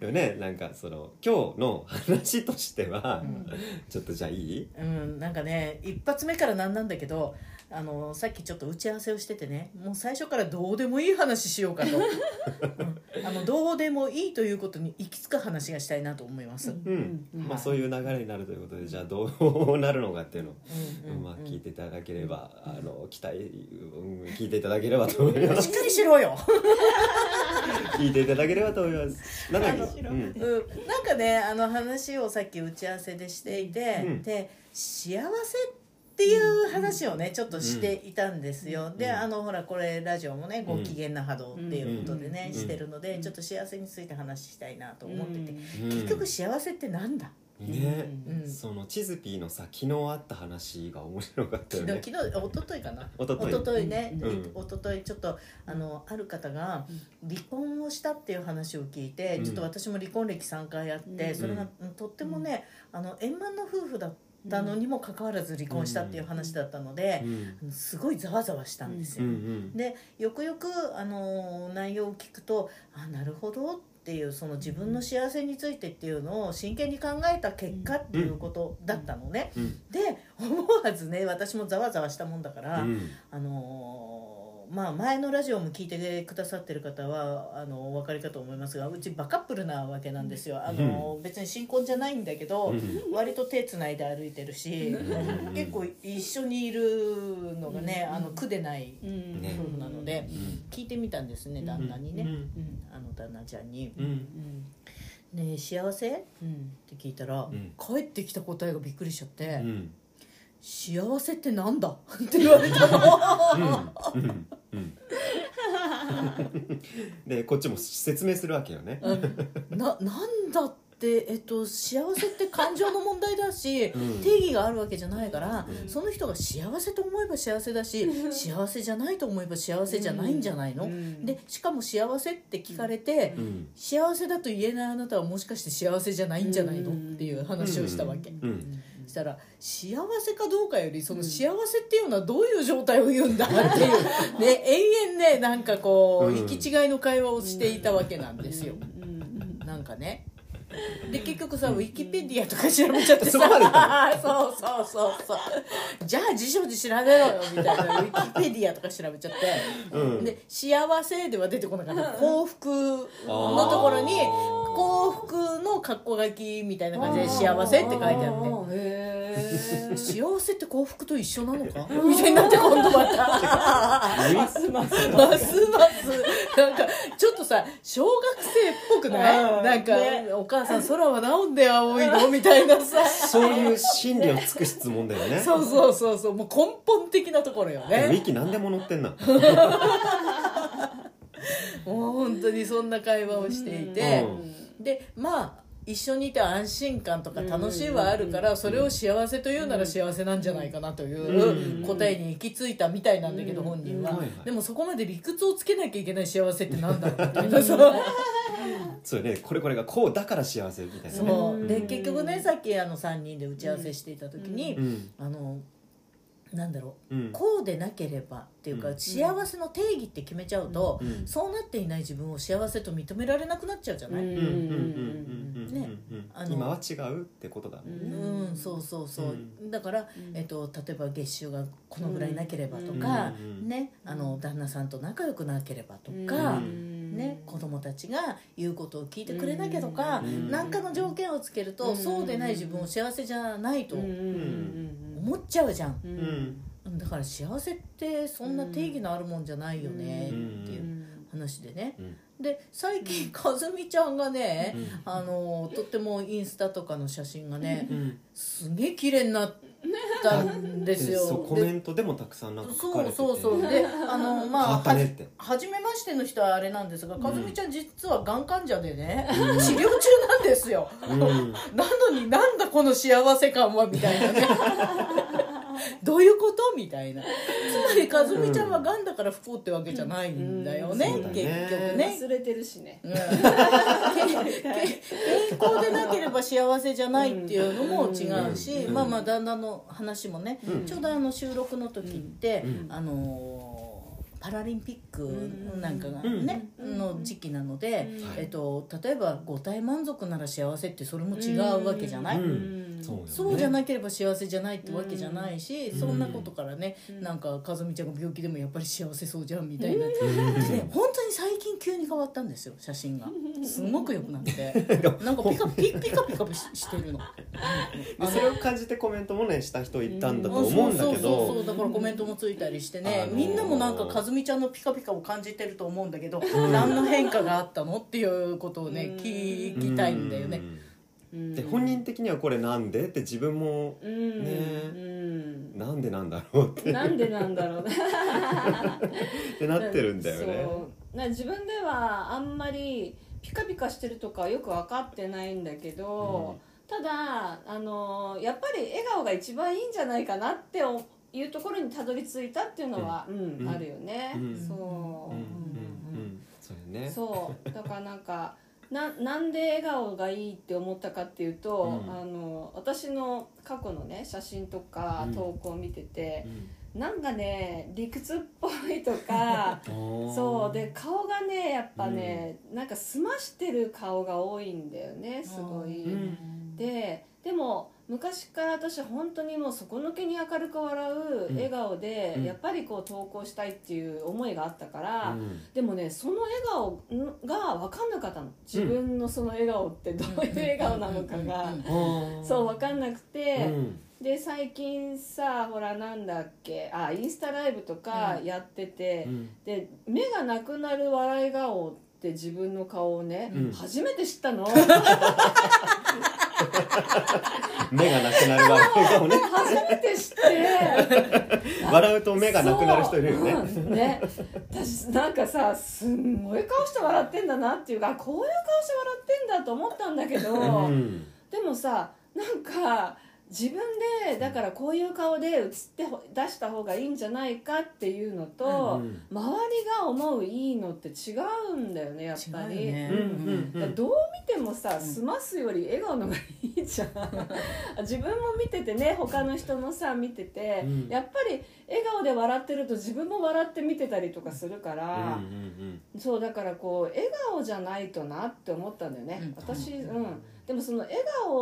でもねなんかその今日の話としては、ちょっとじゃあいいす。うん、なんかね、一発目からなんなんだけど、あの、さっきちょっと打ち合わせをしててね、もう最初からどうでもいい話しようかと。うんあの、どうでもいいということに行き着く話がしたいなと思います。うんうんうんまあ、そういう流れになるということでじゃあどうなるのかっていうのを、うんうんまあ、聞いていただければ、あの期待、うん、聞いていただければと思いますしっかりしろよ。聞いていただければと思いますなのに面白ういんうんなんかねあの話をさっき打ち合わせでしていて、うんで幸せっていう話をねちょっとしていたんですよ、でうんあのほらこれラジオもね「うごん機嫌な波動」っていうことでね、うんしてるので、うんちょっと幸せについて話したいなと思ってて、うん結局幸せってなんだ、ね、うんそのチズピーのさ昨日あった話が面白かったよ昨ね日昨日おとといかなおとといおとといね、うんいおとといちょっとあのある方が離婚をしたっていう話を聞いて、うんちょっと私も離婚歴3回あって、うんそれがとってもね、あの円満な夫婦だったのにもかかわらず離婚したっていう話だったのでう、んすごいざわざわしたんですうよ。んうんでよくよくあの内容を聞くとあなるほどっていうその自分の幸せについてっていうのを真剣に考えた結果っていうことだったのね。うんで思わずね私もざわざわしたもんだから、うんあのーまあ前のラジオも聞いてくださってる方はあのお分かりかと思いますがうちバカップルなわけなんですよ、あのー別に新婚じゃないんだけど、うん割と手つないで歩いてるし、ん結構一緒にいるのがね、うんあの苦でないうんね夫婦なので、聞いてみたんですね旦那にね、うんうんあの旦那ちゃんにううんん「ねえ幸せ?」っうんて聞いたら、ん帰ってきた答えがびっくりしちゃって。うん幸せってなんだって言われたの、うんうんうんでこっちも説明するわけよね、ななんだって、えっと、幸せって感情の問題だし、うん定義があるわけじゃないから、うんその人が幸せと思えば幸せだし、幸せじゃないと思えば幸せじゃないんじゃないの、うんでしかも幸せって聞かれて、うん幸せだと言えないあなたはもしかして幸せじゃないんじゃないの、うんっていう話をしたわけ。うんそしたら幸せかどうかよりその幸せっていうのはどういう状態を言うんだって いう、ね、延々ねなんかこううん行き違いの会話をしていたわけなんですよ、うんなんかねで結局さ、ウィキペディアとか調べちゃってさそこまで行っそうそうそうそうじゃあ辞書で調べろよみたいなウィキペディアとか調べちゃって。うんで幸せでは出てこなかった幸福のところに幸福の格好書きみたいな感じで幸せって書いてあっててへ幸せって幸福と一緒なのかみたいになって今度またえますますますますなんかちょっとさ小学生っぽくなういんなんか、ねお母さん空は治んで青いのみたいなさそういう心理をつく質問だよね。そうそうそうそうもう根本的なところよでもウねィキ何でも載ってんな。もう本当にそんな会話をしていて、うんでまあ一緒にいて安心感とか楽しいはあるかうらんそれを幸せというなら幸せなんじゃないかなとういんう答えに行き着いたみたいなんだけどうん本人うんははいはいでもそこまで理屈をつけなきゃいけない幸せってなんだろうみたいなさそうねこれこれがこうだから幸せみたいなねそうでうん結局ねさっきあの3人で打ち合わせしていた時にうんあのなんだろううんこうでなければっていうかうん幸せの定義って決めちゃうとうんそうなっていない自分を幸せと認められなくなっちゃうじゃないうんうんうんうんうんうんねあの今は違うってことだもんねうん、そうそうそう、うだから、うんえっと、例えば月収がこのぐらいなければとか、うんうんね、あの旦那さんと仲良くなければとか、ね、子供たちが言うことを聞いてくれなきゃとかう、んなんかの条件をつけると、うんそうでない自分を幸せじゃないと思思っちゃうじゃん、ううんだから幸せってそんな定義のあるもんじゃないよねうんっていう話でねうんで最近かずみちゃんがね、うんあのとってもインスタとかの写真がね、うんすげえ綺麗になったんですよ。そうコメントでもたくさんなんか書かれそてうてそうそうであの変わまあったねってはじめましての人はあれなんですがかずみちゃん実はがん患者でね、うん 治療中なんですようんなのになんだこの幸せ感はみたいな ねどういうことみたいなつまりかずみちゃんはがんだから不幸ってわけじゃないんだよね、うんうんそうだ結ね局ね忘れてるしねうんけけ健康でなければ幸せじゃないっていうのも違うし、うんまあまあ旦那の話もね、うんちょうどあの収録の時って、うんあのーパラリンピックなんかがね、うんの時期なので、うんえっと、例えば五体満足なら幸せってそれも違うわけじゃなうい、んそそううよねよそうじゃなければ幸せじゃないってわけじゃないし、うんそんなことからね、うんなんか和美ちゃんが病気でもやっぱり幸せそうじゃんみたいな、でね本当に最近急に変わったんですよ写真がすごく良くなってなんかピカピピカピカししてるのでそれを感じてコメントもねした人いたんだと思うんだけそうそうそうどだからコメントもついたりしてね、あのーみんなもなんか和美ちゃんのピカピカを感じてると思うんだけど、何の変化があったのっていうことをね聞きたいんだよね、うんで本人的にはこれなんでって自分もうんねうんなんでなんだろうってなんでなんだろうねって なってるんだよねそうな自分ではあんまりピカピカしてるとかよく分かってないんだけど、ただあのやっぱり笑顔が一番いいんじゃないかなっておいうところにたどり着いたっていうのは、うんうんあるよね、うんそううん、うんううんんそうよねそうだからなんかななんで笑顔がいいって思ったかっていうと、うんあの私の過去のね写真とかうん投稿を見ててう、んなんかね理屈っぽいと かあーそうで顔がねやっぱね、なんか澄ましてる顔が多いんだよねすごい、うんででも昔から私は本当にもう底抜けに明るく笑う笑顔で、うんやっぱりこう投稿したいっていう思いがあったから、うんでもねその笑顔が分かんなかったの自分のその笑顔ってどういう笑顔なのかが、うんあーそう分かんなくて、うんで最近さほらなんだっけあインスタライブとかやってて、うんで目がなくなる笑い顔って自分の顔をね、うん初めて知っ たの目がなくなるわけかもね初めて知って笑うと目がなくなる人いるよねそううんね私なんかさすんごい顔して笑ってんだなっていうかこういう顔して笑ってんだと思ったんだけど、うんでもさなんか自分でだからこういう顔で写ってほ出した方がいいんじゃないかっていうのと、うん周りが思ういいのって違うんだよねやっ違うぱより。ねうんうんだからどう見てもさ済ますより笑顔の方がいい じゃん自分も見ててね他の人のさ見てて、うんやっぱり笑顔で笑ってると自分も笑って見てたりとかするかうんら、うんそうだからこう笑顔じゃないとなって思ったんだよね、うん私、うん、でもその笑顔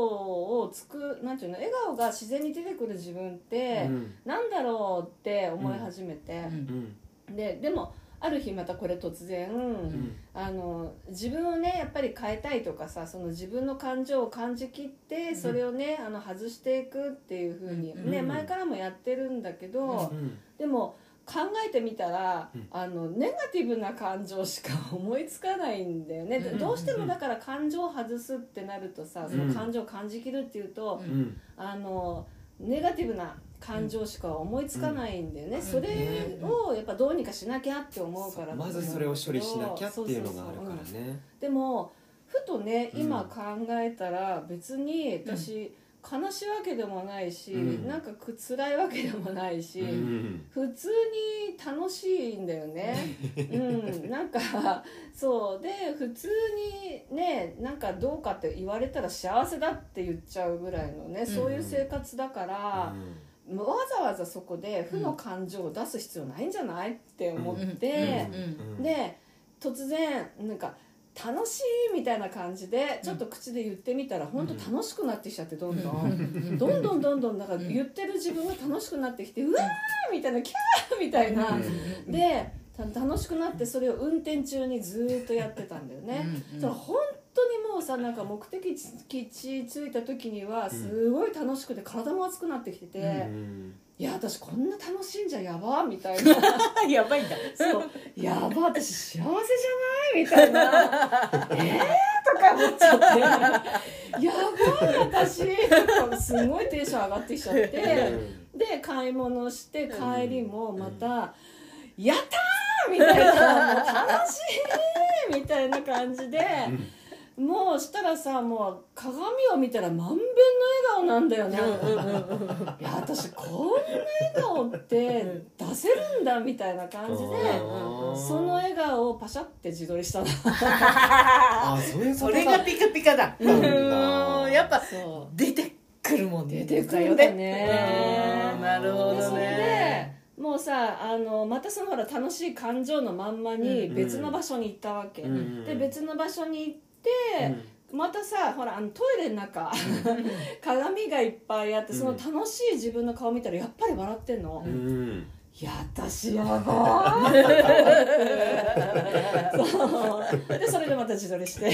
をつくなんていうの笑顔が自然に出てくる自分っうて、んなんだろうって思い始めてう、んうんででもある日またこれ突然、うんあの自分をねやっぱり変えたいとかさその自分の感情を感じきってそれをね、あの外していくっていう風にね、うん前からもやってるんだけど、うんうんでも考えてみたら、うんあのネガティブな感情しか思いつかないんだよね、でうんどうしてもだから感情を外すってなるとさ、うんその感情を感じきるっていうと、うんあのネガティブな感情しか思いつかないんだよね、んそれをやっぱどうにかしなきゃって思うからまずそれを処理しなきゃっていうのがあるからそうそうそううんねでもふとねうん今考えたら別に私、悲しいわけでもないし、うんなんかく辛いわけでもないし、うん普通に楽しいんだよ ね。うん、なんかそうで普通にねなんかどうかって言われたら幸せだって言っちゃうぐらいのね、そういう生活だから、わざわざそこで負の感情を出す必要ないんじゃないって思って、うんで突然なんか楽しいみたいな感じでちょっと口で言ってみたら、ほん、本当楽しくなってきちゃってどんどん。どんどんどんどんなんか言ってる自分が楽しくなってきてうわーみたいなキャーみたいなでた楽しくなってそれを運転中にずーっとやってたんだよね。それ本当にもうさなんか目的地地着いた時にはすごい楽しくて体も熱くなってきてて、うんうんいや私こんな楽しいんじゃやばみたいなやばいんだそうやば私幸せじゃないみたい なえーとか思っちゃってやばい私とかすごいテンション上がってきちゃって。で買い物して帰りもまた「やったー!」みたいな「もう楽しい!」みたいな感じでもうしたらさもう鏡を見たら満遍の笑顔なんだよね。いや私こんな笑顔って出せるんだみたいな感じであーその笑顔をパシャって自撮りしたの。あそういうこと それがピカピカだうんうんやっぱそう出てくるもんね出てくるんだねうんなるほでどそれねでもうさあのまたそのほら楽しい感情のまんまにうん別の場所に行ったわけ、うんで別の場所に行ってうんまたさほらあのトイレの中鏡がいっぱいあってその楽しい自分の顔見たらやっぱり笑ってんの、ういんや私やばー ってそうでそれでまた自撮りして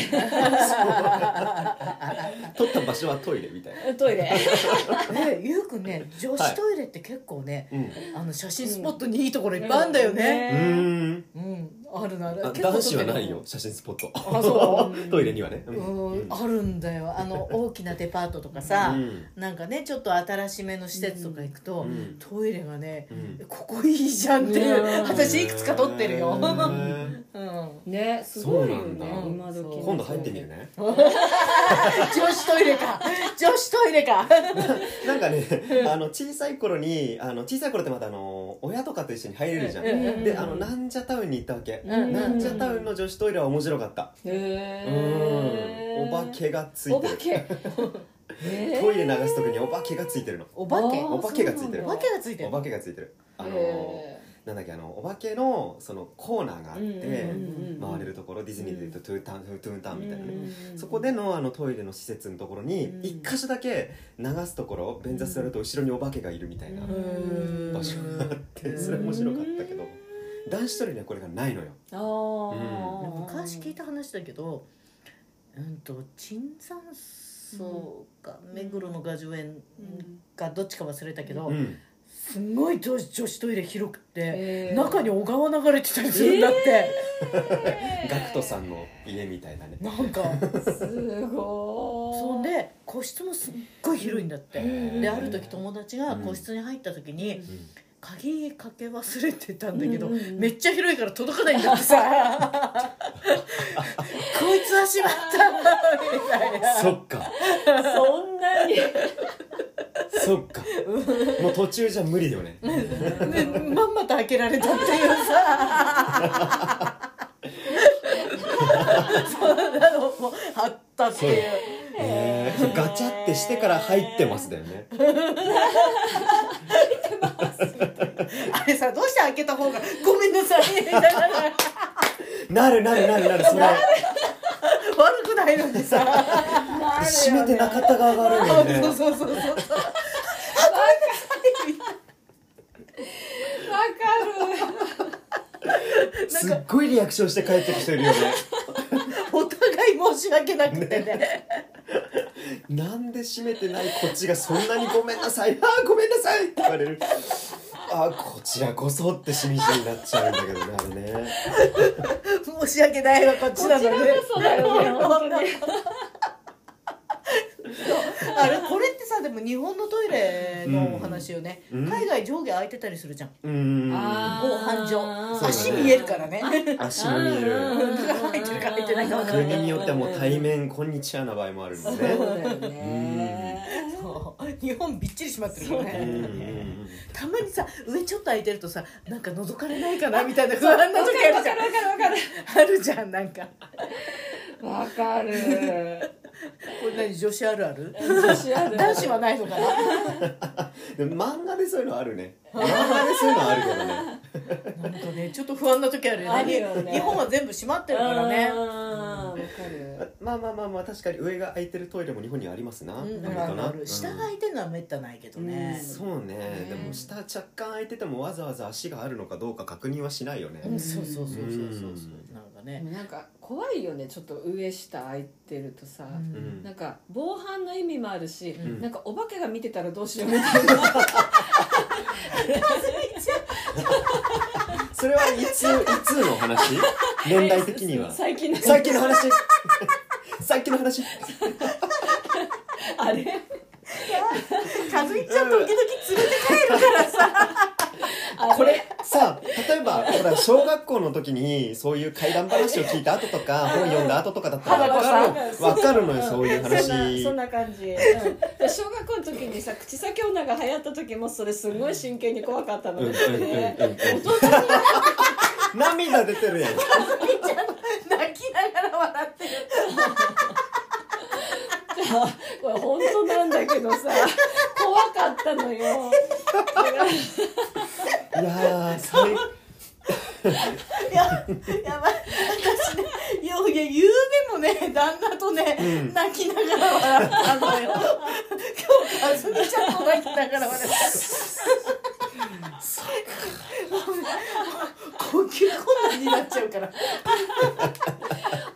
撮った場所はトイレみたいな トイレねゆうくんね女子トイレって結構ねうんあの写真スポットにいいところいっぱいあるんだよねうんうんあるなあるあ結構撮男子ってるはないよ写真スポットあそうトイレにはねうんうんあるんだよ あの大きなデパートとかさなんかねちょっと新しめの施設とか行くと、うんトイレがね、うんここいいじゃんっていう、うん私いくつか撮ってるよ、へうんーねすごいよねそうなん今だ時の今度入ってみるね女子トイレか女子トイレかなんかねあの小さい頃にあの小さい頃ってまだあの親とかと一緒に入れるじゃんうんうんうんであのなんじゃタウンに行ったわけうんなんじゃタウンの女子トイレは面白かったへうんーお化けがついおて化る けへートイレ流す時にお化けがついてるのお化けあーおお化けがついてるそうなんだ化けがついておる化けがついてるあのへなんだっけあのお化けのそのコーナーがあっうんうんてうんうん回れるところディズニーでいうとトゥーンタウントゥーンタウンみたいなねうんうんうんそこでのあのトイレの施設のところにうん一箇所だけ流すところ便座座ると後ろにお化けがいるみたいなううん場所があって それ面白かったけど男子トイレにはこれがないのよあでーも昔聞いた話だけどうんと椿山荘か、目黒の雅叙園うんかどっちか忘れたけど、うんすんごい女子女子トイレ広くて、へー中に小川流れてたりするんだって、ガクトさんの家みたいなねなんかすごいそんで個室もすっごい広いんだって、うんである時友達が個室に入った時に、鍵かけ忘れてたんだけど、うんうんうんめっちゃ広いから届かないんだってさこいつはしまったみたいなそっかそんなにそっかもう途中じゃ無理よねでまんまと開けられたっていうさそうなのもあったっていうえーガチャってしてから入ってますだよねあれさどうして開けた方がごめんなさいみたいななるなるなるなるそれ悪くないのにさ閉めてなかった側が悪いそようそうねそうそうそうわかるすっごいリアクションして帰ってきてるよねお互い申し訳なくてね なんで閉めてないこっちがそんなにごめんなさい あーごめんなさいって言われるあーこちらこそってしみじみになっちゃうんだけどねあれね申し訳ないわこっちこちならのね こそだよね本当にあれこれってさでも日本のトイレのお話をね、うん海外上下空いてたりするじゃんうーんあ防犯あ上ー足見えるからね足も見える入ってるか入ってないか分かん国によってはもう対面「こんにちは」な場合もあるもんそうねだよねそう日本びっちり閉まってるからうんうんうねんたまにさ上ちょっと空いてるとさなんか覗かれないかなみたいな不安な時あるじゃんわかるわかるあるじゃんなんかわかるわ かるこれ何女子あるある女子ある男子はないのかなでも漫画でそういうのあるね漫画でそういうのあるけどねなんかねちょっと不安な時あるよねあるよね日本は全部閉まってるからねうんわかるまあまあまあまあ確かに上が空いてるトイレも日本にはありますな、うんあるあかるなある下が空いてるのはめったないけどねうんそうねねでも下若干空いててもわざわざ足があるのかどうか確認はしないよね、うんそうそうそうそうそううんなんかねなんか怖いよねちょっと上下空いてるとさ、うんうんなんか防犯の意味もあるし、うんなんかお化けが見てたらどうしようみたいなそれはい ついつの話年代的には最近のさっきの話 さっきの話あれかずいちゃん時々連れてあれこれさ例えばほら小学校の時にそういう怪談話を聞いた後とか本読んだ後とかだったら分かる花子さん分かるのよそういうそんな話そんな感じ、うんで小学校の時にさ口先女が流行った時もそれすごい真剣に怖かったの、うんうんうんうんねうん涙出てるやん泣きながら笑ってる これ本当なんだけどさ怖かったのよいやー最ややばい私ねいやいやゆうべもね旦那とね、うん泣きながら笑ったのよ今日かずみちゃんと泣きながら笑った呼吸困難になっちゃうから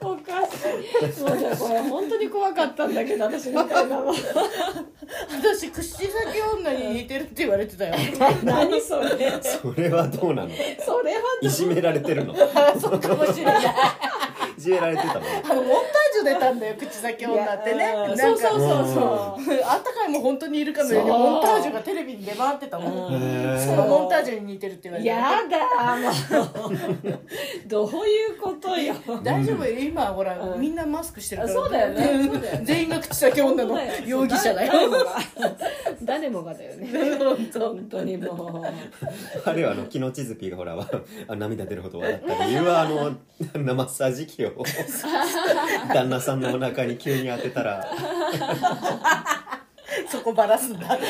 おかしいもうじゃあこれ本当に怖かったんだけど私みたいな の私口先女に似てるって言われてたよ何それそれはどうなのそれはいじめられてるのあそうかもしれないいじめられてたのあのモンタージュ出たんだよ口先女ってねいやなうんんかそうそうそうそあったかいも本当にいるかのようにそうモンタージュがテレビに出回ってたもんうんへそのモンターージュに似てるって言わうれてやだもうどういうことよ 大丈夫よ今ほら、うんみんなマスクしてるからそうだよねそうだよね全員が口先女の容疑者だよ誰もがだよね本当にもう あれはあの昨日チズピーがほら わあ涙出るほど笑った理由はあ のマッサージ機を旦那さんのお腹に急に当てたらそこばらすん だい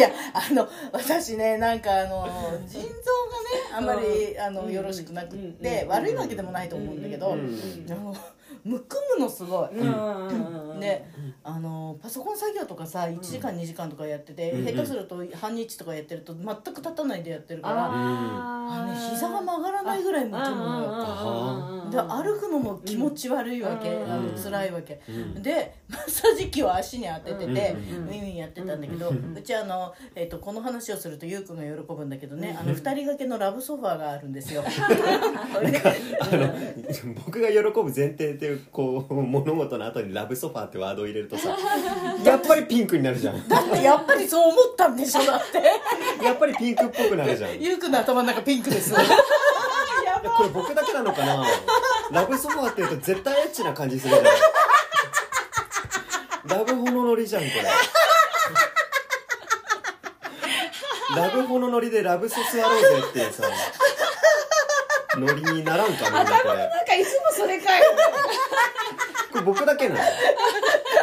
やあの私ねなんかあの腎臓がねあんまりあの、うんよろしくなくっうんて、うん悪いわけでもないと思うんだけど、うんあのむくむのすごい。うんであのパソコン作業とかさ1時間2時間とかやってて、うん下手すると半日とかやってると全く立たないでやってるからああの、ね、膝が曲がらないぐらいむくむのよ。で歩くのも気持ち悪いわけ、うんあのうん辛いわけ、うんでマッサージ機を足に当ててうて、んウィンウィンやってたんだけど、ううんちあの、えっとこの話をするとゆうくんが喜ぶんだけどね、あの二人掛けのラブソファーがあるん ですよあの僕が喜ぶ前提っていうこう物事の後に「ラブソファー」ってワードを入れるとさやっぱりピンクになるじゃんだってやっぱりそう思ったんでしょだってやっぱりピンクっぽくなるじゃんいやゆうくんの頭の中ピンクです これ僕だけなのかなラブソファーって言うと絶対エッチな感じするじゃんラブホのノリじゃんこれラブホのノリでラブソスやろうぜっていうさノリにならんかもなこれなんかいつもそれかよこれ僕だけなの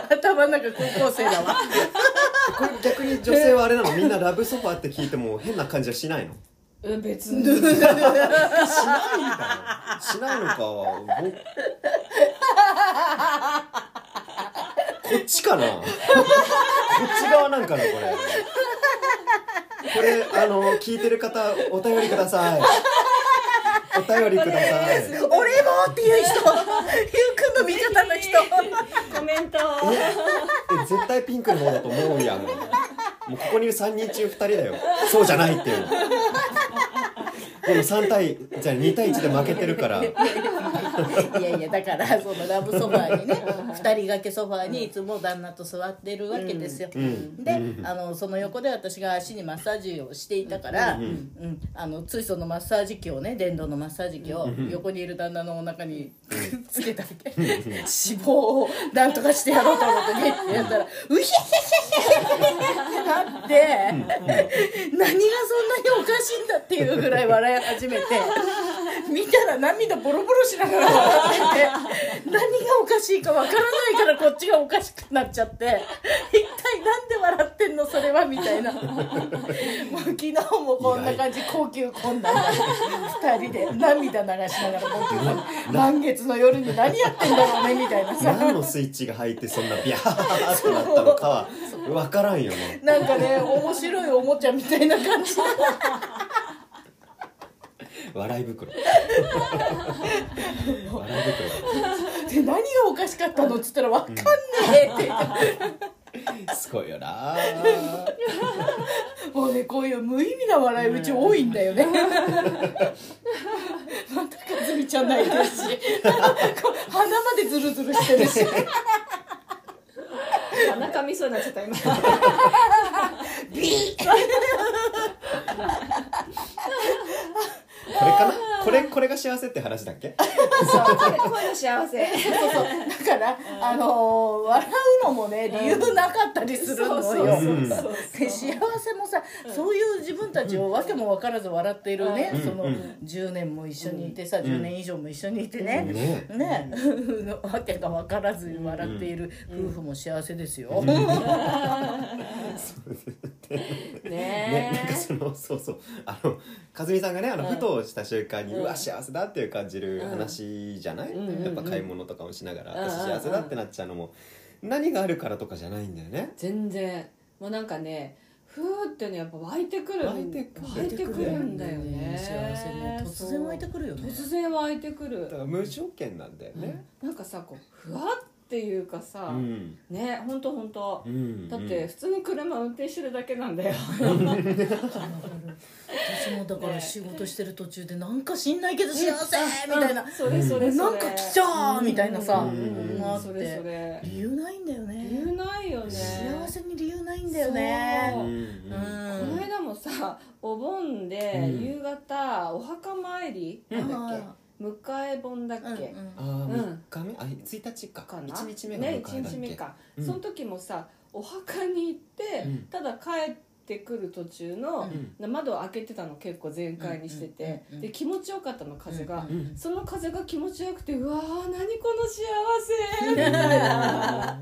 頭の中高校生だ わこれ逆に女性はあれなのみんなラブソファーって聞いても変な感じはしないのうん 別にしないんだしないのかぼこっちかな こっち側なんかなこれこれあの聞いてる方お便りくださいお便りください 俺もっていう 人ゆうくんの味方の人コメントえ絶対ピンクの方だと思うやんもうここにいる3人中2人だよそうじゃないっていうのでも3対じゃあ2対1で負けてるから いやいや だからそのラブソファーにね2人掛けソファーにいつも旦那と座ってるわけですよ、うんでうんあのその横で私が足にマッサージをしていたから、うんあのついそのマッサージ機をね電動のマッサージ機を横にいる旦那のお腹につけたわけ脂肪をなんとかしてやろうと思ってねってやったら「うひゃひゃひゃひゃひゃ!」ってなって何がそんなにおかしいんだっていうぐらい笑い始めて。見たら涙ボロボロしながら笑ってて何がおかしいかわからないからこっちがおかしくなっちゃって一体なんで笑ってんのそれはみたいなもう昨日もこんな感じ高級困難な2人で涙流しながら高級困難満月の夜に何やってんだろうねみたいなさ何のスイッチが入ってそんなビャーってなったのかは分からんよねなんかね面白いおもちゃみたいな感じ笑い 袋笑いで何がおかしかったのっつったらわかんねえって言って袋すごいよなもうねこういう無意味な笑いうち多いんだよね、またかずみちゃん泣いてるしこう鼻までズルズルしてるし鼻かみそうになっちゃった 今ビーこれかなこれこれが幸せって話だっけそうこれ声の幸せそうそうだから、あのー笑うのもね理由なかったりするのよ、うんで幸せもさ、そういう自分たちをわけも分からず笑っているね、うんそのうん10年も一緒にいてさ、10年以上も一緒にいてね、ねね、のわけが分からず笑っている夫婦も幸せですよ、ねねなんかそのそうそうあの和美さんがねあの、ふとした瞬間に、うわ幸せだっていう感じる話じゃない、んうんうんやっぱ買い物とかもしながら、うんうんうん私幸せだってなっちゃうのも何があるからとかじゃないんだよね全然もうなんかねふーってねやっぱ湧いてくる湧いてくる湧いてくるんだよね幸せね突然湧いてくるよね突然湧いてくるだから無条件なんだよねなんかさこうふわっていうかうさ、ん、ねほんとほんとう、ん、だって普通に車運転してるだけなんだよ私もだからね仕事してる途中でなんか知んないけど幸せみたいなうんそれそれそれなんか来ちゃうみたいなさうんうんうんなってそれそれ理由ないんだよ理由ねないよね幸せに理由ないんだよねうそんううんこの間もさお盆でうん夕方お墓参り、うんなんだっけ迎え盆だっけ、うんうんあーうん3日目あ1日かかな1日目がね迎え一だっけ、日目か、うんその時もさお墓に行って、うんただ帰ってくる途中の、窓を開けてたの結構全開にしてて、うんうんうんうんで気持ちよかったの風が、うんうんその風が気持ちよくてうわー何この幸せ みたいな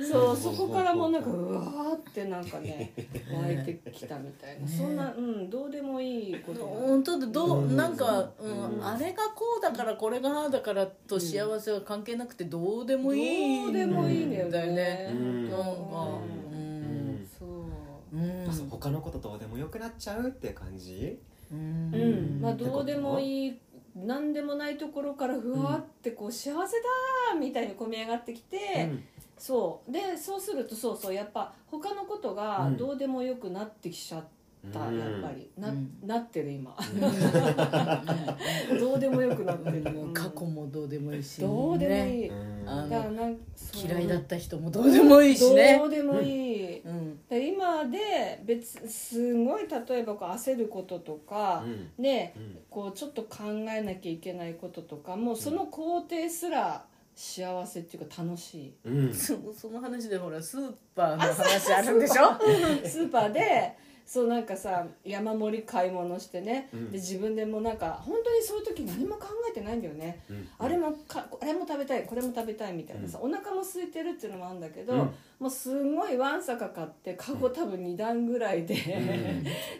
うそうそこからもうなんかうわーってなんかね湧いてきたみたいな、ねそんなうんどうでもいいこと本当でどううんなんか、ううんん、あれがこうだからこれがああだからと幸せは関係なくてどうでもいいどうでもいいんだよだよねね、うんなんかうんんそううんあそう他のことどうでもよくなっちゃうって感じうんうん、まあてことどうでもいい何でもないところからふわってこう幸せだーみたいに込み上がってきて、うんそうでそうするとそうそうやっぱ他のことがどうでもよくなってきちゃった、うんやっぱりな,、うんなってる今 うどうでもよくなってるんうん過去もどうでもいいし、どうでもねいい、うんあだのからなんそう嫌いだった人もどうでもいいしねどうでもいい、うんで今で別すごい例えばこう焦ることとかう、んねうんこうちょっと考えなきゃいけないこととかもうその工程すら幸せっていうか楽しいうんそその話でほらスーパーの話あるんでしょスーパーでそうなんかさ山盛り買い物してね、うんで自分でもなんか本当にそういう時何も考えてないんだよね、うんあれもかあれも食べたいこれも食べたいみたいなさ、お腹も空いてるっていうのもあるんだけど、うんもうすごいわんさか買ってカゴ多分2段ぐらいで、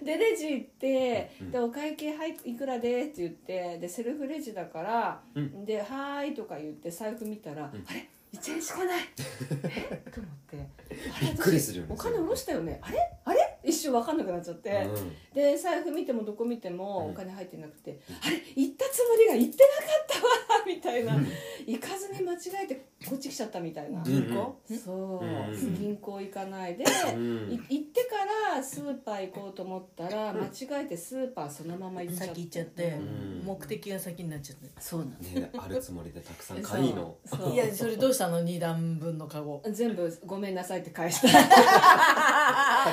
でレジ行って「でお会計はいいくらで」って言ってでセルフレジだから「うんではーい」とか言って財布見たら「あれ1円しかない」えと思って「あれびっくりするよねお金下ろしたよねあれあれ一瞬分かんなくなっちゃって、うんで財布見てもどこ見てもうんお金入ってなくて、あれ行ったつもりが行ってなかったわ みたいな、行かずに間違えてこっち来ちゃったみたいな、銀行そう、うん銀行行かないで、うんい行ってからスーパー行こうと思ったら間違えてスーパーそのまま行っちゃって先行っちゃってん目的が先になっちゃってそうなのねあるつもりでたくさん買いのそう そういやそれどうしたの2段分のカゴ全部ごめんなさいって返し たた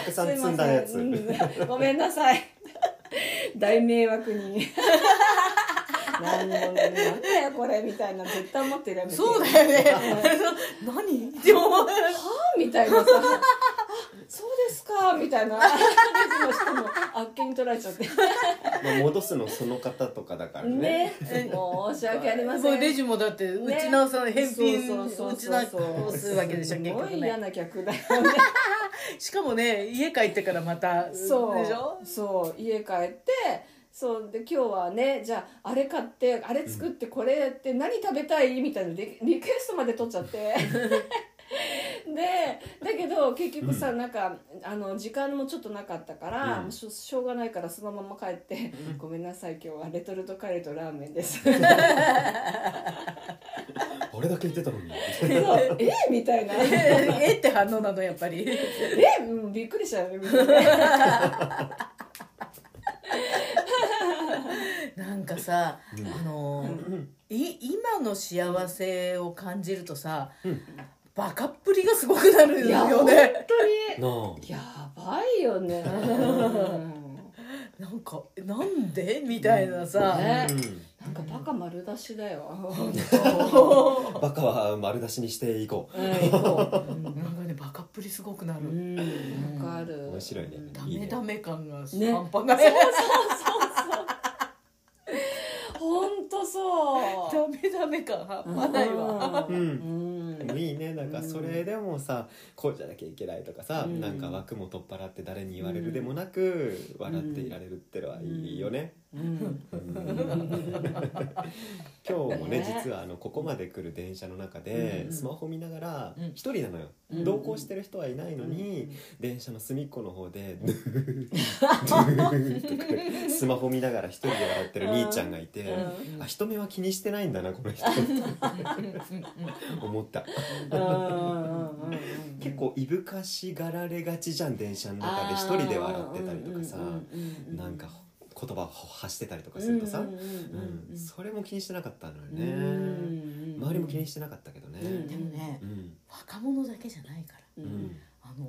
くさん積んだやつすいませんうんごめんなさい大迷惑に何も何だよこれみたいな絶対思ってるやめてそうはだよ ね何って 思うあみたいなさあそうですかみたいなレジの人もあっけに取られちゃってまあ、戻すのその方とかだからねね申し訳ありませもうんレジもだって打ち直さない返品そうそうそうそう打ち直すわけでしょす結ご局い嫌ねな客だよねしかもね家帰ってからまたそうでし ょそう家帰ってそうで今日はねじゃああれ買ってあれ作ってこれやって何食べたいみたいなリリクエストまで取っち ゃってでだけど結局さ、なんかあの時間もちょっとなかったから、うんしょしょうがないからそのまま帰って「ごめんなさい今日はレトルトカレーとラーメンです」 あれだけ言ってたのにそうえみたいなえええって反応なのやっぱりうんびっくりしたよねみんなねなんかさ、うんあのーい今の幸せを感じるとさ、うんバカっぷりがすごくなるいやよ本当ねになあやばいよね、うんなんかなんでみたいなさ、ねうなんかバカ丸出しだよ。ん、バカは丸出しにしていこうん、こなんかねバカっぷりすごくなう。る、うん、わかる。面白いねダメダメ感がね半端ない、本当そう。ダメダメ感半端ないわ、ううん。うでもいいねなんかそれでもさこうじゃなきゃいけないとかさ、うんなんか枠も取っ払って誰に言われるでもなく、笑っていられるってのはいいよね、うん。今日もねね実はあのここまで来る電車の中でうんスマホ見ながらうん一人なのよ、うん同行してる人はいないのに、電車の隅っこの方で「ドゥーとかスマホ見ながら一人で笑ってる兄ちゃんがいて、うんあ人目は気にしてないんだなこの人思った結構いぶかしがられがちじゃん電車の中で一人で笑ってたりとかさ、なんか言葉を発してたりとかするとさ、うんうんうんそれも気にしてなかったのようんうんね、うん周りも気にしてなかったけどね、でもねうん若者だけじゃないからううんんあの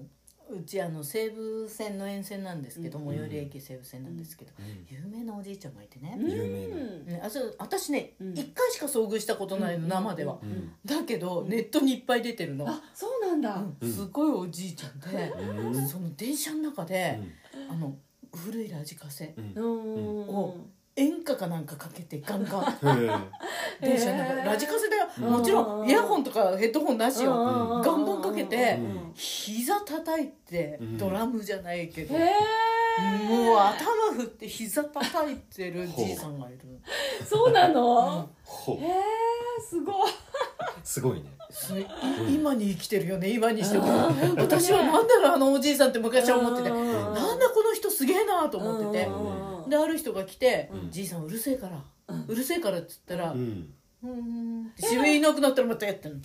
うちあの西武線の沿線なんですけど、うん最寄り駅西武線なんですけど、有名なおじいちゃんがいてね、有名なねあそう私ね、うん一回しか遭遇したことないの、生では、うんだけどネットにいっぱい出てるの、あ、そうなんだ。うんすごいおじいちゃんで、うんその電車の中で、あの古いラジカセうんうん。演歌かなんかかけてガンガ うンん電車の中で、へーラジカセだよ、うんもちろんイヤホンとかヘッドホンなしよ、ガうん膝叩いて、うんドラムじゃないけど、へえ。もう頭振って膝叩いてるじいさんがいるそうなの。ほへえすごい。すごいねすい今に生きてるよね今にしても私はなんだろうあのおじいさんって昔は思っててうんなんだこの人すげえなと思っててうんである人が来てうん「じいさんうるせえからうんうるせえから」っつったら「ううんーん」って渋いなくなったらまたやってんの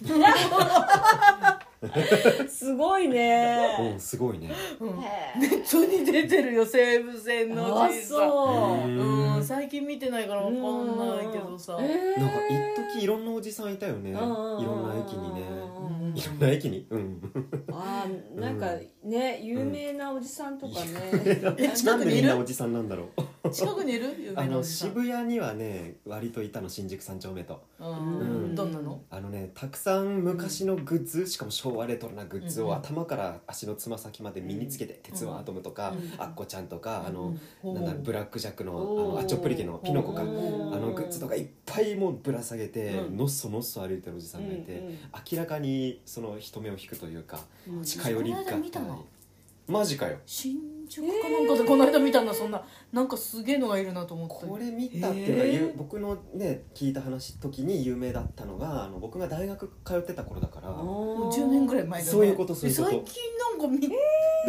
すごいね。うんすごいねうんへネえットに出てるよ西武線のあじいさんそう。うんなんか最近見てないからわかんないけどさえ一時いろんなおじさんいたよねいうんうんうんうんろんな駅にねうんいろんな駅にうんあーなんかね有名なおじさんとかね。え近なんくでにみいんなるおじさんなんだろう近くにいる有あ名なおのじさん渋谷にはね割といたの新宿三丁目とうんうんどんなのあのねたくさん昔のグッズしかも昭和レトロなグッズうんを頭から足のつま先まで身につけて「鉄腕アトム」とかうん「アッコちゃん」とかあのほうなんだろうブラック・ジャックのあおのーアッチョップリケのピノコかおーあのグッズとかいっぱいもうぶら下げて、うんのっそのっそ歩いてるおじさんがいて、うんうん明らかにその人目を引くというかうん近寄りがたこの間い見たのマジかよ新宿かなんかでこの間見たなそんななんかすげえのがいるなと思ってこれ見たっていうか、へーゆ僕のね聞いた話時に有名だったのがあの僕が大学通ってた頃だからもう10年ぐらい前だねそういうことそういうこと最近なんか見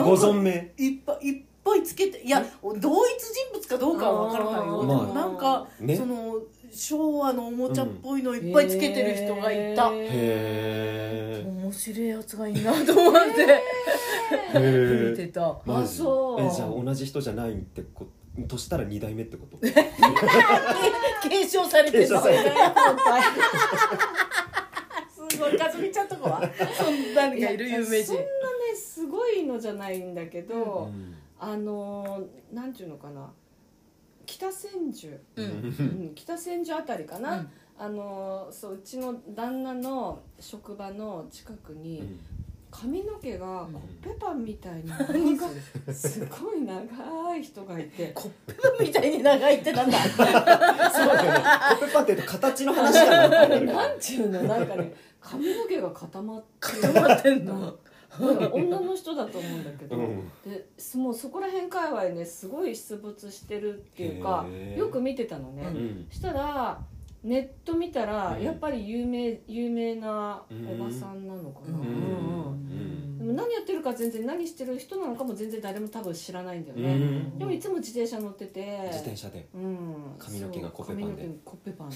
ご存命いっぱいいっぱいつけていや同一人物かどうかは分からないよ、まあでもなんか、ねその昭和のおもちゃっぽいのいっぱいつけてる人がいた、へえ面白いやつがいいなと思ってへ見てえたマあジそうえじゃあ同じ人じゃないってこととしたら2代目ってこと継承されて継る承されて るすごいかずみちゃんとこはそんなのがいる有名そ人んなねすごいのじゃないんだけうど、んあのーなんていうのかな北千住、ううんんうん北千住あたりかうな、んあのーそううちの旦那の職場の近くに、 髪の毛がコッペパンみたいに何なんそかれすごい長い人がいてコップみたいに長いってなんだそうだよねコッペパンって言うと形の話だなあれなんていうのなんかね髪の毛が固まって固まってんの女の人だと思うんだけど、うんですもうそこら辺界隈ねすごい出没してるっていうかへーよく見てたのね、うんしたらネット見たら、うんやっぱり有名有名なおばさんなのかな、うんうんうんでもうん何やってるか全然何してる人なのかも全然誰も多分知らないんだようね、んでもいつも自転車乗ってて自転車でうん、髪の毛がコッペパンでそう髪の毛コッペパン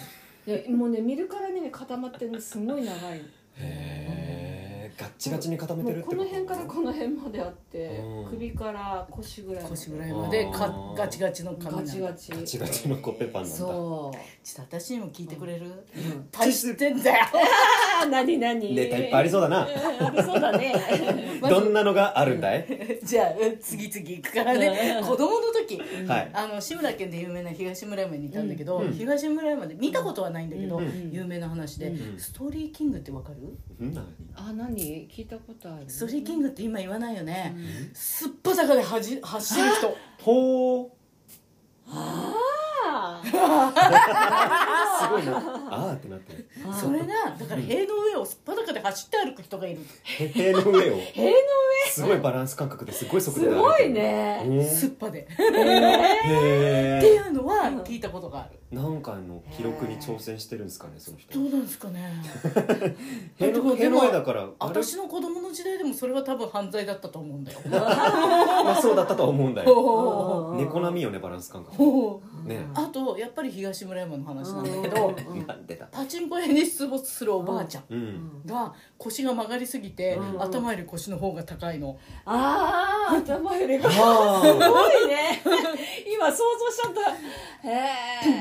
でもうね見るからにね固まってるのすごい長いへえガッチガチに固めもてるっうてこの辺からこの辺まであってうん首から腰ぐらいまで腰ぐらいまでかガチガチの髪なガんだチガチガチガチのコッペパンなんだそちょっと私にも聞いてくれるう、うん、大してん だよあ何何ネタいっぱいありそうだなうんありそうだねどんなのがあるんだいじゃあうん次々行くからねうん子供の時はいあの志村けんで有名な東村山にいたんだけど、うんうん東村山で見たことはないんだけど、うん有名な話で、うんストーリーキングってわかる、うんなあ何聞いたことあるストーリーキングって今言わないよね、うんすっぱ坂で走走る人ほうあすごいなあーってなってるあそれがだから塀の上をすっぱ坂で走って歩く人がいる、へ塀の上を塀の上すごいバランス感覚ですごい速度すで歩ごているねうんすっぱで、えへってえいうのは聞いたことがある、何回の記録に挑戦してるんですかねその人どうなんですかね塀でのも塀の上だからあれ私の子供の時代でもそれは多分犯罪だったと 思うんだよまあそうだったとは思うんだよほううん猫並みよねバランス感覚ほうねあとやっぱり東村山の話なんだけうどんなんでだパチンコ屋に出没するおばあちゃんうんが腰が曲がりすぎて、うん頭より腰の方が高いの、ああ頭よりがすあごいね今想像しちゃったへ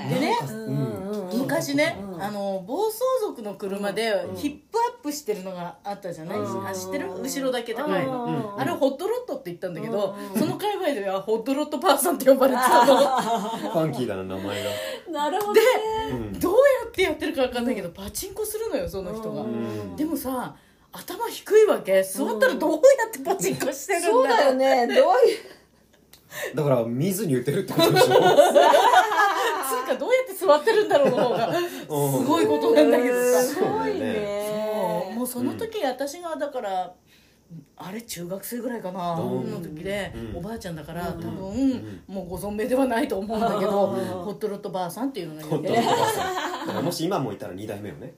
えでねうんうん昔ね、うんあの暴走族の車でうんヒップアップしてるのがあったじゃない、うんあ知ってる後ろだけ高いの、うんあれホットロットって言ったんだけど、うんその界隈ではホットロットパーさんって呼ばれてたのあファンキーだな名前がなるほどねうんどうやってやってるか分かんないけどパチンコするのよその人が、うんでもさ頭低いわけ座ったらどうやってパチンコしてるんだろそうだよねどういうだから見ずに打てるってことでしょつうかどうやって座ってるんだろうの方がすごいことなんだけどうんさすごそいうねもうその時私がだから、あれ中学生ぐらいかなうんの時で、うんおばあちゃんだから、うん多分、うんもうご存命ではないと思うんだけど、うんホットロットばあさんっていうのがいて本当にお母さんだからもし今もいたら2代目をね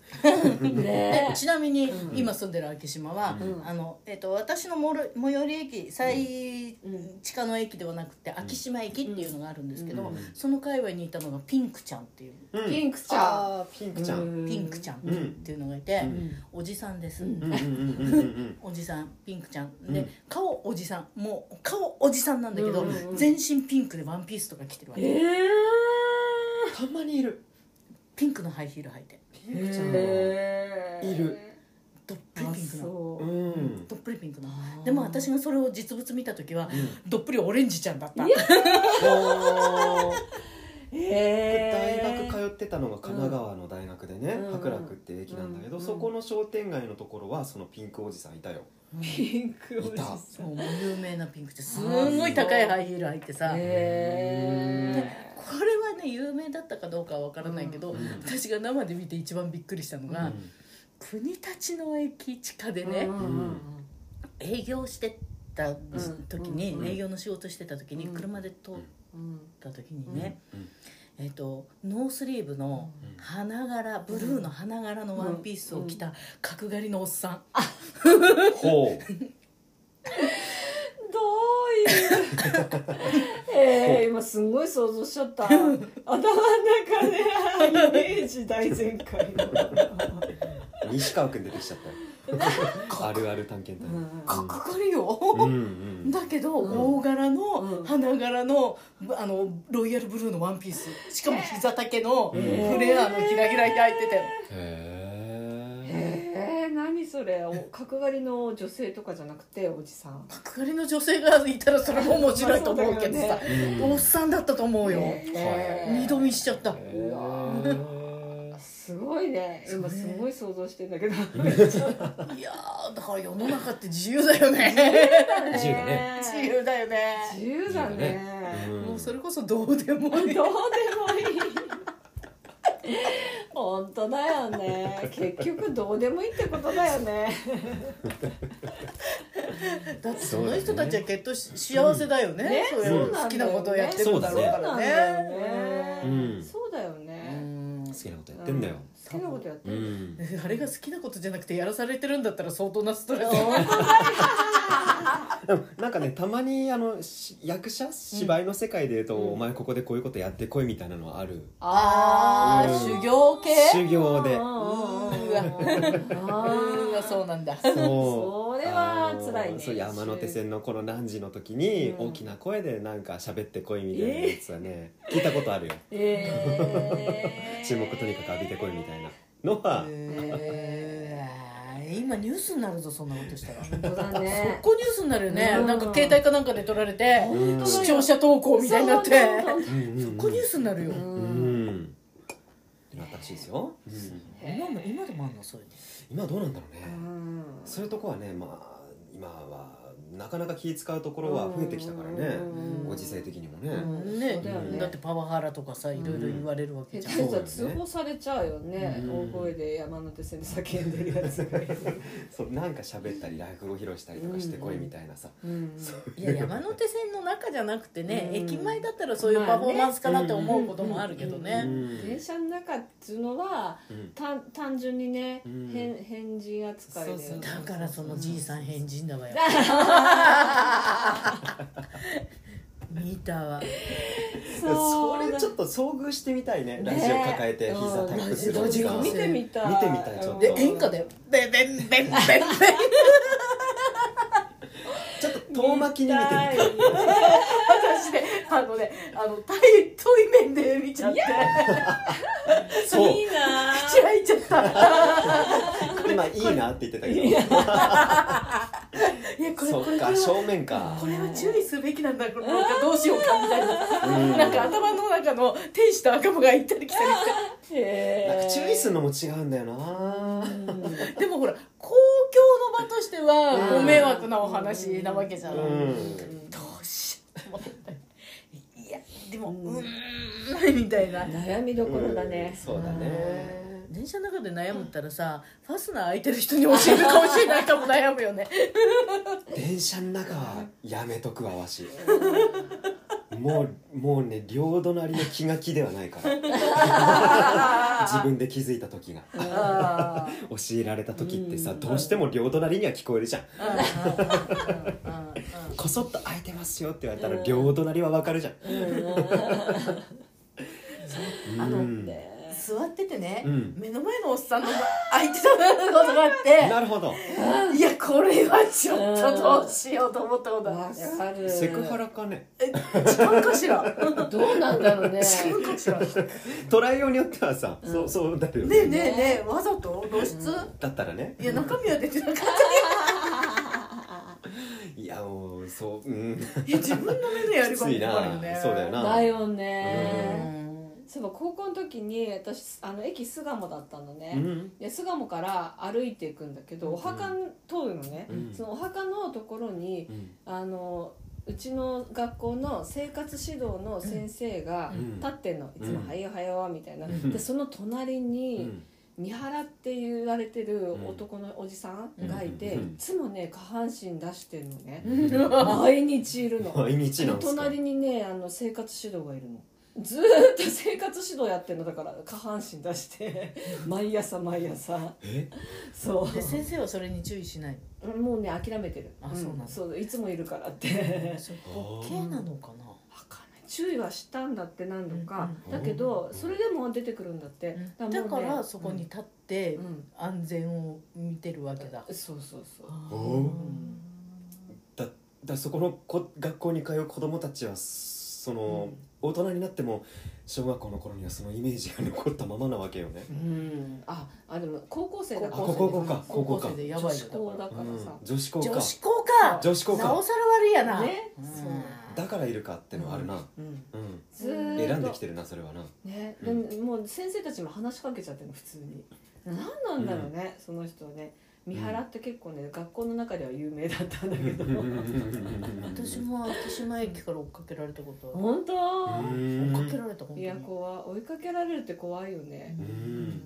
ねちなみにうん今住んでる昭島は、うんあのえっと私のもろ最寄り駅最うん地下の駅ではなくて昭島駅っていうのがあるんですけど、うんその界隈にいたのがピンクちゃんっていう、うんピンクちゃあーピンんクちゃんうピンクちゃんっていうのがいて、おじさんです、うんうんうんうんうんうんおじさんピンクちゃんで、うん顔おじさんもう顔おじさんなんだけど、うんうんうん全身ピンクでワンピースとか着てるわけええたまにいるピンクのハイヒール履いてピンクちゃんはいいるどっぷりあピンクなのうそんどっぷりピンクなのうでも私がそれを実物見た時は、んどっぷりオレンジちゃんだったおーえ大え学通ってたのが神奈川の大学でねうん白楽って駅なんだけど、うんそこの商店街のところはそのピンクおじさんいたよ、ピンクおじさんいそうもう有名なピンクちゃんすんごい高いハイヒール履いてさ、えこれはね有名だったかどうかは分からないけど、うん私が生で見て一番びっくりしたのが、国立の駅地下でえね、ん営業してた時に、うんうん営業の仕事してた時にうん車で通っうんた時にね、うんうんえっとノースリーブのうん花柄ブルーの花柄のワンピースを着た角刈りのおっさん、ほうどうえー、今すんごい想像しちゃった頭の中でイメージ大全開の西川君出てきちゃ ったよあるある探検隊かっこいいよ、うんうんだけど、うん大柄の、うん花柄のあのロイヤルブルーのワンピースしかも膝丈のフうんレアのギラギラ開いてて、へえー、何それお角刈りの女性とかじゃなくておじさん角刈りの女性がいたらそれも面白いと思うけどまさあそうだよ、えおっさんだったと思うよ、ね二度見しちゃったうわーすごいね今すごい想像してんだけどいやーだから世の中って自由だよね自由だね自由だよね自由だね、うんもうそれこそどうでもいいどうでもいい本当だよね結局どうでもいいってことだよねだってその人たちはきっとし幸せだよね,、ねそういう好きなことをやってるんだろうそうかならんねだよね、うんそうだようね、ん好きなことやってんだよ好きなことやってうる、んあれが好きなことじゃなくてやらされてるんだったら相当なストレスでもなんかねたまにあのし役者芝居の世界で言うと、お前ここでこういうことやってこいみたいなのはあるあーうん修行系修行でうわうんそうなんだそうそれは辛いねあのそう山手線のこの何時の時に、うん大きな声でなんか喋ってこいみたいなやつはね、聞いたことあるよえー注目とにかく浴びてこいみたいなのは、えー今ニュースになるぞそんなことしたら本当だねここニュースになるよね、うんなんか携帯かなんかで撮られて、本当だよ視聴者投稿みたいになってそううんうんうんここニュースになるよ、ううんん新しいですよ、うん今も今でもあんのそういうの今どうなんだろうね、うんそういうとこはねまあ今はなかなか気使うところは増えてきたからね、うんご時世的にもね、うんねそうだよねだってパワハラとかさいろいろ言われるわけじゃん、うん下手したら通報されちゃうよね、うん大声で山手線で叫んでるやつがいる、 そうなんか喋ったり落語披露したりとかしてこいみたいなさ、うんいや山手線の中じゃなくてね、うん駅前だったらそういうパフォーマンスかなって思うこともあるけどうね、ん電車の中っつうのはうん単単純にね、うん変変人扱いでそうそうだからそのじいさん変人だわよ 見たわそれちょっっと遭遇してみたいねねラジオ抱えて膝タップするうんラジオおじさ見んてみたい見てみたいちょっとで演歌だよ「ベンベンベンベンベン」ちょっと遠巻きに見てみたい見たい私ね あのねあの対 対面で見ちゃってそういいな口開いちゃった今いいなって言ってたけどいやこれそこれっかこれは正面かこれは注意すべきなんだこれなんかどうしようかみたいなうんなんか頭の中の天使と悪魔が行ったり来たりして へなーんか注意するのも違うんだよなでもほら公共の場としてはご迷惑なお話なわけじゃうない、ん、どうしようと思っていやでもうーんみたいな悩みどころだねうん、そうだね電車の中で悩むったらさファスナー開いてる人に教えるかもしれないかも悩むよね電車の中はやめとくわわしもうもうね両隣の気が気ではないから自分で気づいた時があー教えられた時ってさどうしても両隣には聞こえるじゃんあーあーあーあーこそっと空いてますよって言われたら両隣はわかるじゃんあのうん座っててね、うん目の前のおっさんの開いてたことがあってなるほどいやこれはちょっとどうしようと思ったことあわるかるセクハラかね違うかしら どうなんだろうね違うかしら捉えようによってはさそうそうだよねねえねえねえわざと露出、だったらねいや中身は出てなかったよいやもうそううんいや自分の目でやるきかつもい困るよなねそうだよなだようねんそういえば高校の時に私あの駅巣鴨だったのね、うんで巣鴨から歩いていくんだけどお墓通るのね、うんそのお墓のところにうんあのうちの学校の生活指導の先生がうん立ってんの、いつも「はいよはいよ」みたいな、んでその隣うにん三原って言われてる男のおじさんがいて、うんいつもね下半身出してるのね、う毎日いるの 毎日なんすか隣にねあの生活指導がいるのずーっと生活指導やってんのだから下半 身出して毎朝毎朝えそうで先生はそれに注意しないうんもうね諦めてるあそうなんだそういつもいるか らってそれボケなのかな分かんない注意はしたんだって何度か、うんだけどそれでも出てくるんだって、だもうねからそこに立ってうん、うん安全を見てるわけだそうそうそうあーおだだそこのこ学校に通う子供たちはその、大人になっても小学校の頃にはそのイメージが残ったままなわけよね、うんああでも高校生だからあ高校か高校生でや女ばい子よ校だだかうらんさ、、女子校からか女子校か女子校かなおさら悪いやなねうんそうだからいるかってのはあるな、うんうんずーっと選んできてるなそれはなね、うんでももう先生たちも話しかけちゃってるの普通に何なんだろうね、その人ね三原って結構ね学校の中では有名だったんだけど、私も昭島駅から追っかけられたことは本当、追っかけられた本当いにや怖い追いかけられるって怖いよね、ううん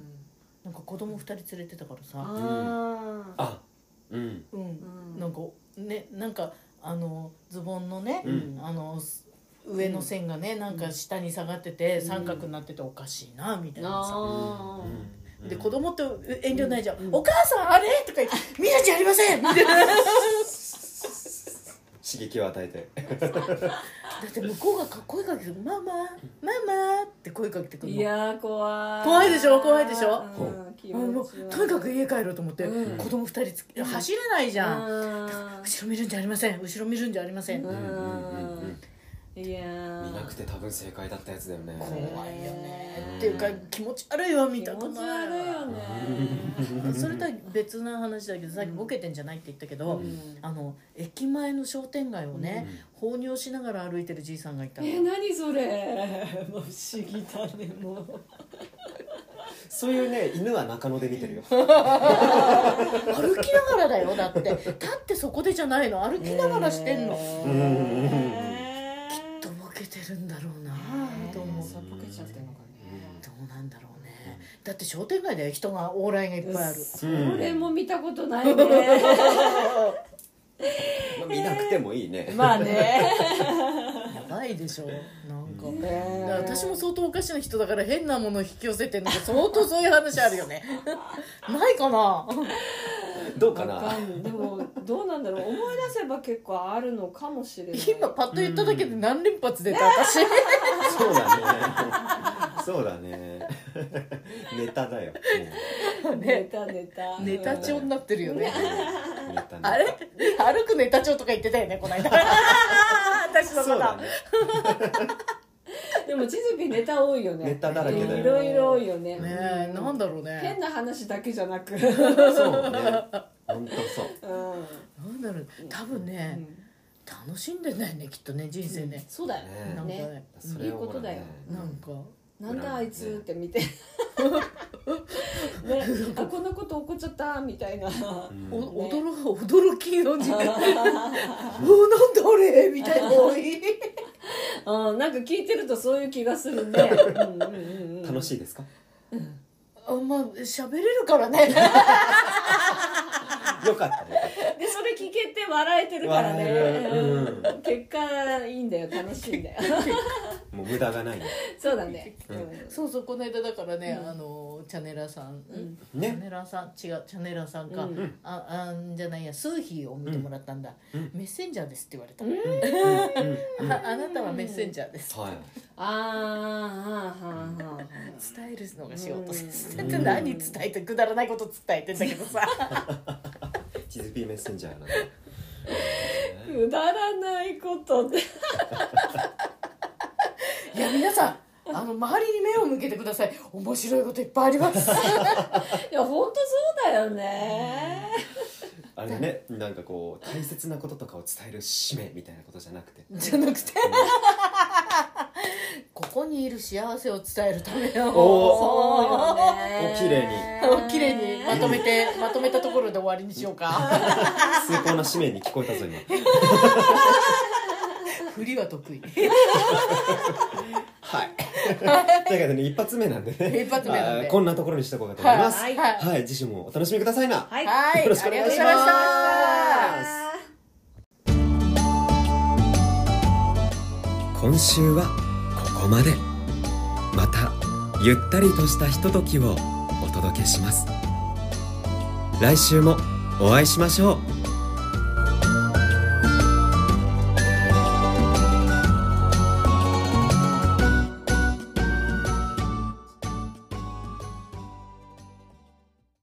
なんか子供二人連れてたからさああ あうんううんんなんかねなんかあのズボンのねうんあのす上の線がねなんか下に下がってて三角になってておかしいなみたいなさあーうんで子供って遠慮ないじゃん「うんお母さんあれ?」とか言って「ミラちゃんありません!」みたい なだ刺激を与えてって向こうがか声かけて「ママママ」って声かけてくるのいやー怖い怖いでしょ怖いでしょうん、気あも持うち悪いとにかく家帰ろうと思って、うん子供二人つけ走れないじゃん、あー後ろ見るんじゃありません後ろ見るんじゃありません、ううんんうんうんうんいやー見なくて多分正解だったやつだよね怖い よね、うんっていうか気持ち悪いわ見気たく持ちない悪いよねそれとは別な話だけどさっきボケてんじゃないって言ったけど、うんあの駅前の商店街をね、放尿しながら歩いてるじいさんがいたのえ何それもう不思議だねもうそういうね犬は中野で見てるよ歩きながらだよだって立ってそこでじゃないの歩きながらしてんの、うんうんうんきっとボケてるんだろうなとどう思うもさぼけちゃってんのかねどうなんだろうねだって商店街で人が往来がいっぱいあるそれも見たことないねまあ見なくてもいいね まあねやばいでしょなんかうんだから 私も相当おかしな人だから変なものを引き寄せてるのが相当そういう話あるよねないかなどうかわかなんでもどうなんだろう思い出せば結構あるのかもしれない今パッと言っただけで何連発出た私そうだねそうだねネタだよネタネタネタ帳になってるよねうんネタねあれ歩くネタ帳とか言ってたよねこの間私のこそうとだねでもチズピーネタ多いよねネタだらけだいよろいろ多いよねねえなんだろうね変な話だけじゃなくうんそうね本当そうなんだろう多分ね、楽しんでないねきっとね人生ね、そうだようんなんかねねそれをいいことだよほらなんねか、なんだあいつって見てねあこんなこと起こっちゃったみたいなうんおね驚驚きの 時間うわなんだあれみたいな多い あなんか聞いてるとそういう気がするねうんうんうんうん楽しいですかあまあ喋れるから ねよかったねでそれ聞けて笑えてるからね笑えるうんうん結果いいんだよ楽しいんだよもう無駄がないねそうだねううんんそうそうこの間だからね、うんあのチャネラさん、んチャねネラさん違うチャネラさんか、うんああんじゃないやスーヒーを見てもらったんだ、うんメッセンジャーですって言われた、うんうんああなたはメッセンジャーです、はいあーはあはあはあ伝えるのが仕事です、うんって何伝えてくだらないこと伝えてんだけどさ チズピーメッセンジャーなんだくだら ないことでいや皆さんあの周りに目を向けてください面白いこといっぱいありますいや本当そうだよねあれだねなんかこう大切なこととかを伝える使命みたいなことじゃなくてじゃなくてここにいる幸せを伝えるためのおそうよねお綺麗お綺麗にまとめてまとめたところで終わりにしようか 崇高な使命に聞こえたぞ今振りは得意 はいというわけでね一発目なんでね一発目なんであーこんなところにしとこうかと思いますははいい、はい次週もお楽しみくださいなはいはいよろしくお願いしますありがとうございました今週はここまでまたゆったりとしたひとときをお届けします来週もお会いしましょう